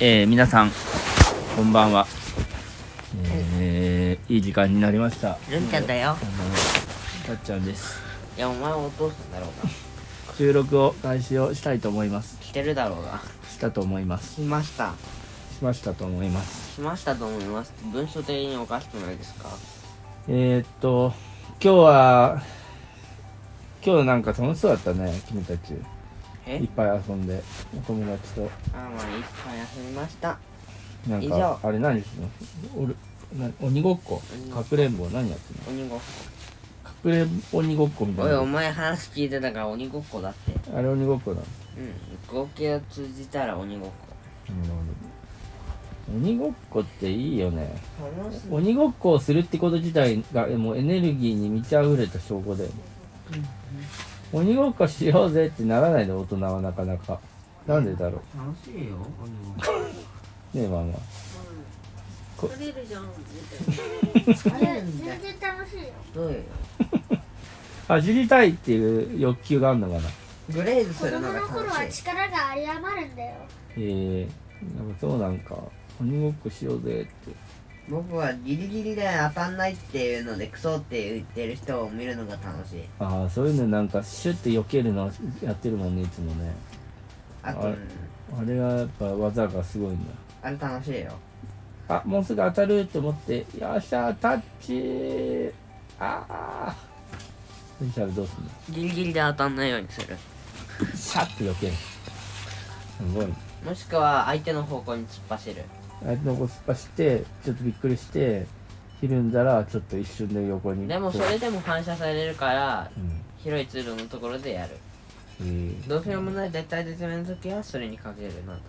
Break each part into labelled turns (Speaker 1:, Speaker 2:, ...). Speaker 1: えー皆さんこんばんは、えーいい時間になりました
Speaker 2: 純ちゃんだよ。
Speaker 1: たっちゃんです
Speaker 2: いや、お前お父さんだろうが。
Speaker 1: 収録を開始をしたいと思います
Speaker 2: 来てるだろうが。
Speaker 1: したと思います
Speaker 2: 来ました。
Speaker 1: しましたと思います
Speaker 2: 来ましたと思います。文章的におかしくないですか
Speaker 1: えー、っと今日は今日なんか楽しそうだったね君たち
Speaker 2: え
Speaker 1: いっぱい遊んでお友達と
Speaker 2: あ、まあ、いっぱい遊びました。
Speaker 1: なん
Speaker 2: 以
Speaker 1: か
Speaker 2: 上
Speaker 1: あれ何するのおるな鬼ごっこかくれんぼ何やってんの
Speaker 2: 鬼ごっ
Speaker 1: かくれ鬼ごっこみ
Speaker 2: こ。
Speaker 1: た
Speaker 2: お
Speaker 1: い
Speaker 2: い、お
Speaker 1: な
Speaker 2: 前話聞いてたから鬼ごっこだって。
Speaker 1: あれ鬼ごっこだ
Speaker 2: うん。合計を通じたら鬼ごっ
Speaker 1: 鬼ごっこっていいよね
Speaker 2: こ。楽しい。
Speaker 1: 鬼ごっこをするってこと自体がもうエネルギーに満ち溢れた証拠だよね、鬼ごっこしようぜってならないの大人はなかなかなんでだろ
Speaker 2: 楽しいよ、鬼ごっ
Speaker 1: うねえママ
Speaker 3: 取れるじゃん。
Speaker 2: こ。
Speaker 3: いや全然楽しいよ。
Speaker 2: どうよ。
Speaker 1: 走りたいっていう欲求があるのかな
Speaker 2: グレーズす
Speaker 3: 子
Speaker 2: る
Speaker 3: 供
Speaker 2: のが
Speaker 3: の頃は
Speaker 2: 楽しい。
Speaker 3: 力が有り余るんだよ。
Speaker 1: えー、なんかそうなんか鬼ごっこしようぜって
Speaker 2: 僕はギリギリで当たんないっていうので、クソって言ってる人を見るのが楽しい。
Speaker 1: ああそういうのなんかシュッて避けるのやってるもんねいつもね
Speaker 2: あと、
Speaker 1: あれ
Speaker 2: うん
Speaker 1: あれはやっぱ技がすごいんだ
Speaker 2: あれ楽しいよ。
Speaker 1: あもうすぐ当たると思ってよっしゃータッチーああそしたらどうすんの
Speaker 2: ギリギリで当たんないようにする
Speaker 1: シャッて避けるすごい
Speaker 2: もしくは相手の方向に突っ走る
Speaker 1: 相手の子突っ走ってちょっとびっくりしてひるんだらちょっと一瞬で横に
Speaker 2: でも
Speaker 1: こ
Speaker 2: そうれでも反射されるから
Speaker 1: うん
Speaker 2: 広い通路のところでやる
Speaker 1: えー
Speaker 2: どうしようもない絶対絶命の時はそれにかけるなとか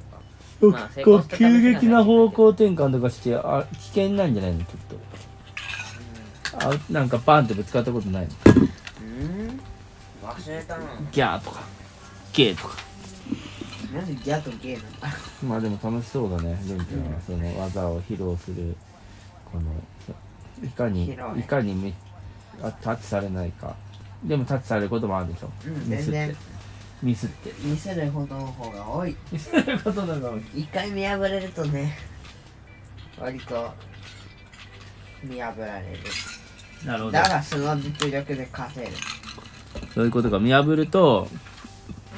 Speaker 2: まあ
Speaker 1: こ
Speaker 2: 成功
Speaker 1: う
Speaker 2: した
Speaker 1: 急激な方向転換とかしてあ危険なんじゃないのちょっとあなんかバンってぶつかったことないの
Speaker 2: うん忘れたな
Speaker 1: ギャーとかゲーとか
Speaker 2: なんでギャとゲーなんだ
Speaker 1: まあでも楽しそうだね、ルンちゃんはその技を披露する、この、いかに、
Speaker 2: 披露ね
Speaker 1: いかにめあタッチされないか。でもタッチされることもあるでしょ。
Speaker 2: うん
Speaker 1: ミス
Speaker 2: 全
Speaker 1: っ
Speaker 2: 然
Speaker 1: て。ミス って。
Speaker 2: 見せることの方が多い
Speaker 1: ミスることなの
Speaker 2: 一回見破れるとね割と見破られる
Speaker 1: なるほど
Speaker 2: だ。がその実力で稼る
Speaker 1: そういうことか。見破ると、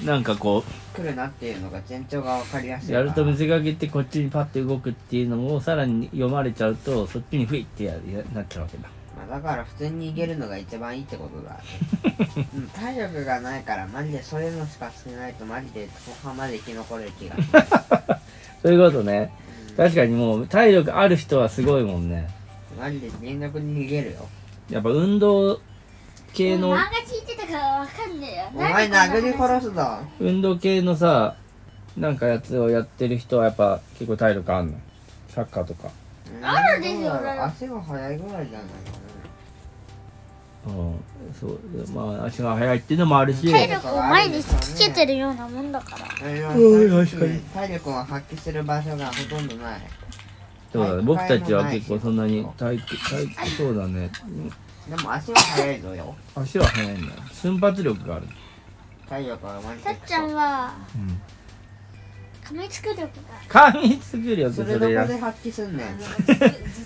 Speaker 1: なんかこ、
Speaker 2: 来るなっていうのが前兆が分かりやすいうから
Speaker 1: やると見せかけてこっちにパッて動くっていうのをさらに読まれちゃうと、そっちにフイってややなっちゃうわけだ。
Speaker 2: まあ、だから普通に逃げるのが一番いいってことだ、ね、うん体力がないからマジでそういうのしか少ないとマジで後半まで生き残れる気がします
Speaker 1: そういうことね。確かにもう体力ある人はすごいもんね。
Speaker 2: マジで全力に逃げるよ
Speaker 1: やっぱ運動系
Speaker 3: 漫
Speaker 1: の
Speaker 3: 画聞いてたからわかんねえよ。
Speaker 2: お前殴り殺すぞ
Speaker 1: 運動系のさなんかやつをやってる人はやっぱ結構体力あんのサッカーとか
Speaker 3: あるでしょ
Speaker 2: なんだろう
Speaker 3: 俺
Speaker 2: 足が速いぐらいじゃない
Speaker 1: うんそうまあ足が速いっていうのもあるし
Speaker 3: 体力を前に突きつけてるようなもんだから。
Speaker 2: かな
Speaker 1: うん
Speaker 2: うん
Speaker 1: 確かに
Speaker 2: 体力を発揮する場所がほとんどない
Speaker 1: そうだね僕たちは結構そんなに体育体育そうだね
Speaker 2: でも足は速いぞよ
Speaker 1: 足は速いんだよ瞬発力 がある、
Speaker 2: 体力はマジ
Speaker 3: た
Speaker 2: で
Speaker 3: っ
Speaker 2: ク
Speaker 3: ちゃん
Speaker 2: ソ
Speaker 3: は
Speaker 1: うん、
Speaker 3: 噛みつく力が
Speaker 1: 噛みつく力
Speaker 2: そ
Speaker 1: そ
Speaker 2: れ
Speaker 1: れ
Speaker 2: どこ
Speaker 1: や
Speaker 2: で発揮すんねん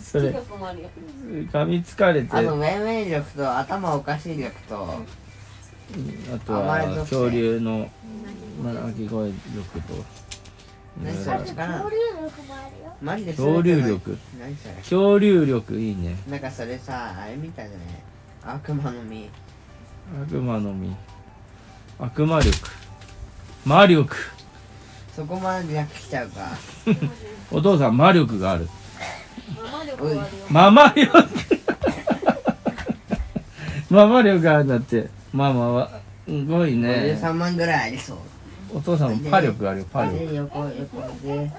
Speaker 1: それ噛みつかれて
Speaker 2: あ
Speaker 1: あ
Speaker 2: の命名力と頭おかしい力と
Speaker 1: と
Speaker 2: 甘え
Speaker 1: は
Speaker 2: 女性
Speaker 1: 恐竜のまあ鳴き声力と
Speaker 2: 何そ
Speaker 3: あ
Speaker 2: れ
Speaker 3: る。
Speaker 2: 力
Speaker 3: 恐竜力もあるよ。
Speaker 2: マジで
Speaker 1: 恐竜力
Speaker 2: 何それ
Speaker 1: 恐竜力いいね
Speaker 2: なんかそれさあれみたいだね悪魔の実
Speaker 1: 悪魔の実悪魔力魔力
Speaker 2: そこまでなくしちゃうか
Speaker 1: お父さん魔力がある
Speaker 2: おい
Speaker 1: ママ力ママ力があるんだってママはすごいね
Speaker 2: 53万ぐらいありそう
Speaker 1: お父さんもパ力があるよパ力
Speaker 2: で横横で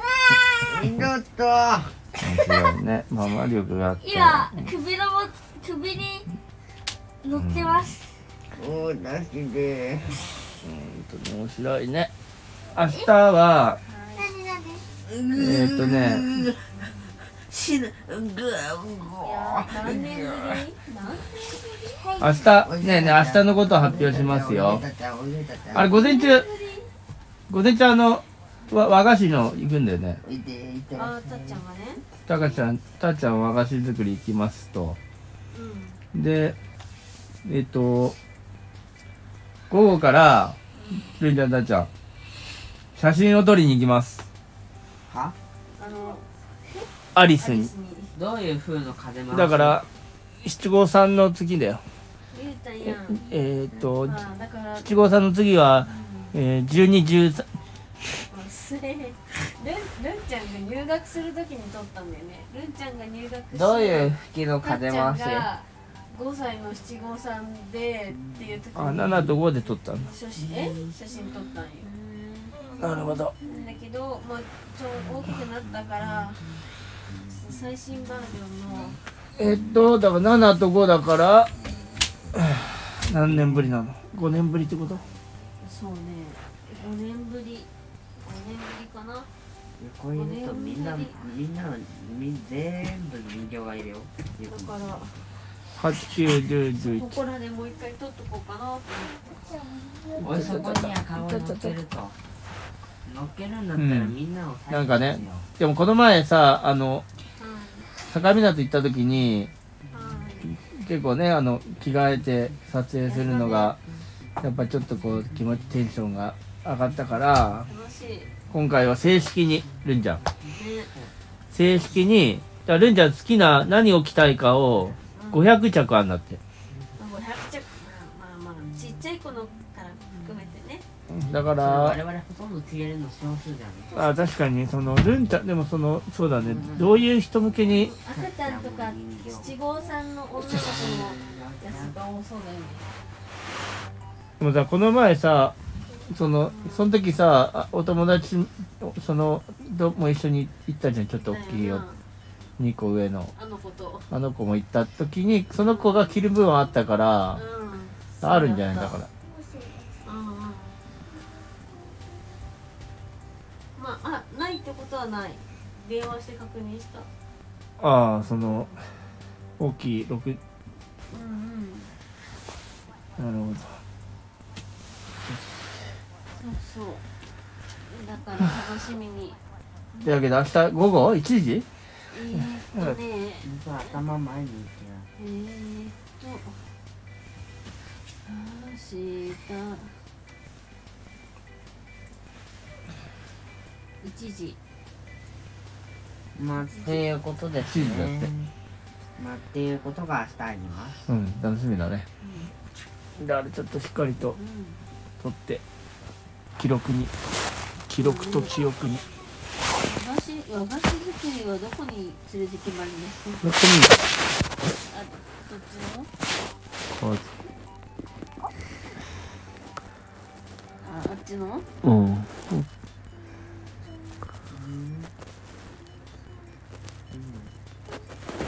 Speaker 2: インドット
Speaker 1: 面白いねママ力があって
Speaker 3: 今首のも首に乗ってます。
Speaker 2: おおなしで
Speaker 1: 本当に面白いね明日は
Speaker 3: なになに？
Speaker 2: え
Speaker 1: えーっとね
Speaker 2: 死ぬぐーぐー
Speaker 3: 何年ぶり？
Speaker 1: 明日ねえねえ明日のことを発表しますよ
Speaker 2: 俺たちは俺たちは
Speaker 1: あれ午前中午前中あのわ和菓子の行くんだよね
Speaker 2: いていって
Speaker 4: あ
Speaker 2: ま
Speaker 4: ー
Speaker 2: す
Speaker 4: たっちゃんがね
Speaker 1: たかちゃんたーちゃん和菓子作り行きますと
Speaker 4: う
Speaker 1: でえっ、と午後からるいちゃんたーちゃん写真を撮りに行きます
Speaker 2: は
Speaker 4: んあの
Speaker 1: アリ
Speaker 4: ア
Speaker 1: ス
Speaker 4: リ
Speaker 1: に
Speaker 4: スに
Speaker 2: どういう風の風回し
Speaker 1: だから七五三の次だよ
Speaker 3: ゆうた
Speaker 1: え
Speaker 3: やん。
Speaker 1: えーっと
Speaker 4: まあだから
Speaker 1: 七五三の次は、えー、1213
Speaker 4: それルンルンちゃんが入学するときに撮ったんだよねルンちゃんが入学して
Speaker 2: どういう吹きの
Speaker 4: たっち
Speaker 2: 風
Speaker 4: ゃん
Speaker 2: 回し
Speaker 4: が5歳の七五三でっていうときに
Speaker 1: あ7と5で撮ったんだ
Speaker 4: 写真え写真撮ったんよ
Speaker 1: なるほど
Speaker 4: なんだけど、まあ、ちょ大きくなったからちょっと最新バージョンの
Speaker 1: えーっとだから7と5だからはぁ何年ぶりなの5年ぶりってこと
Speaker 4: そうね5年ぶり5年ぶりかな
Speaker 2: こういうとみんな
Speaker 4: これ
Speaker 2: みんなのみ全部人形がいるよ
Speaker 4: だからこ
Speaker 1: 89101
Speaker 4: こらでもう一回撮っとこうかなと思
Speaker 2: お
Speaker 4: って
Speaker 2: いそこには顔乗っけると乗っけるんだったらみんなを
Speaker 1: なんかねでもこの前さあの
Speaker 4: う
Speaker 1: 坂港行った時に
Speaker 4: んはい
Speaker 1: 結構ねあの着替えて撮影するのがやっぱちょっとこう気持ちテンションが上がったから
Speaker 4: 楽しいね
Speaker 1: 今回は正式にるんちゃん正式にだからるんちゃん好きな何を着たいかを500着あんだって
Speaker 4: まあ500着まあまあまあちっちゃい子のから含めてね
Speaker 1: だか
Speaker 2: だから我
Speaker 1: ら
Speaker 2: 々ほとんど消えるの少数じゃん
Speaker 1: あ確かにそのるんちゃんでもそのそうだねどういう人向けに
Speaker 4: 赤ちゃんとか七五三の女の子のやつが多そうだよね
Speaker 1: でもさこの前さそのその時さあお友達そのども一緒に行ったじゃんちょっと大きいよ
Speaker 4: だよ
Speaker 1: 2個上の
Speaker 4: なあの子と
Speaker 1: あの子も行った時にその子が着る分はあったか
Speaker 4: う
Speaker 1: ら
Speaker 4: ん
Speaker 1: あるんじゃないだから
Speaker 4: うんうんまああないってことはない電話して確認した
Speaker 1: ああその大きい6
Speaker 4: うんうん
Speaker 1: なるほど
Speaker 4: そうそうだから楽しみに
Speaker 1: というわけで明日午後1時
Speaker 4: えーっとね
Speaker 2: 本当は頭前に行
Speaker 4: えーっと、明日、1時、
Speaker 2: けなまあっていうことです
Speaker 1: チーズだって
Speaker 2: ねまあっていうことが明日あります
Speaker 1: うん楽しみだねだからちょっとしっかりと
Speaker 4: う
Speaker 1: 撮って記録に記録と記憶に
Speaker 4: ん、和菓子和菓子作りはどこに連れてきまりますか
Speaker 1: 録
Speaker 4: あ、どっちの
Speaker 1: に
Speaker 4: あ、あっちの
Speaker 1: うん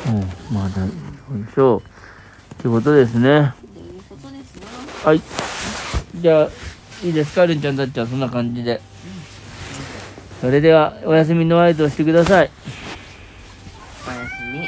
Speaker 1: うん、まあ大丈夫でしょう。ってことですね。
Speaker 4: ということですな。
Speaker 1: はい。じゃあ、いいですか、るんちゃんたちはそんな感じで。それでは、おやすみの合図をしてください。
Speaker 2: おやすみ